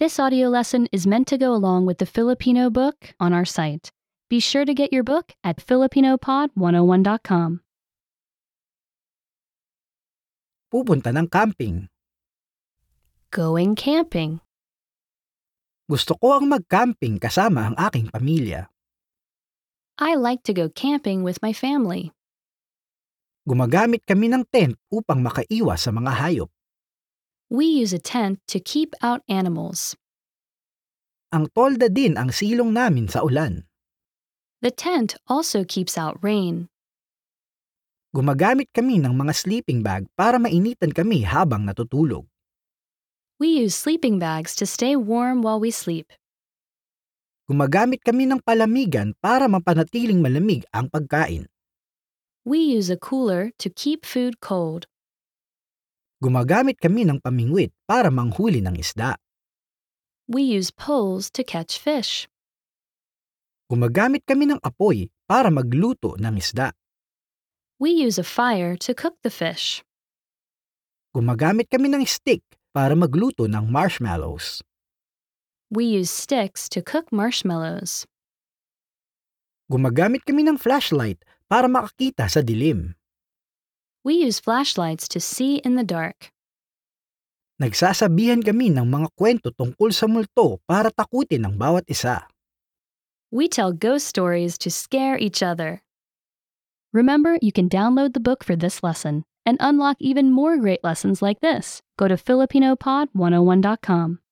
This audio lesson is meant to go along with the Filipino book on our site. Be sure to get your book at filipinopod101.com. Pupunta ng camping. Going camping. Gusto ko ang mag-camping kasama ang aking pamilya. I like to go camping with my family. Gumagamit kami ng tent upang makaiwas sa mga hayop. We use a tent to keep out animals. Ang tolda din ang silong namin sa ulan. The tent also keeps out rain. Gumagamit kami ng mga sleeping bag para mainitan kami habang natutulog. We use sleeping bags to stay warm while we sleep. Gumagamit kami ng palamigan para mapanatiling malamig ang pagkain. We use a cooler to keep food cold. Gumagamit kami ng pamingwit para manghuli ng isda. We use poles to catch fish. Gumagamit kami ng apoy para magluto ng isda. We use a fire to cook the fish. Gumagamit kami ng stick para magluto ng marshmallows. We use sticks to cook marshmallows. Gumagamit kami ng flashlight para makakita sa dilim. We use flashlights to see in the dark. Nagsasabihan kami ng mga kwento tungkol sa multo para takutin ang bawat isa. We tell ghost stories to scare each other. Remember, you can download the book for this oh lesson and unlock even more great lessons like this. Go to FilipinoPod101.com.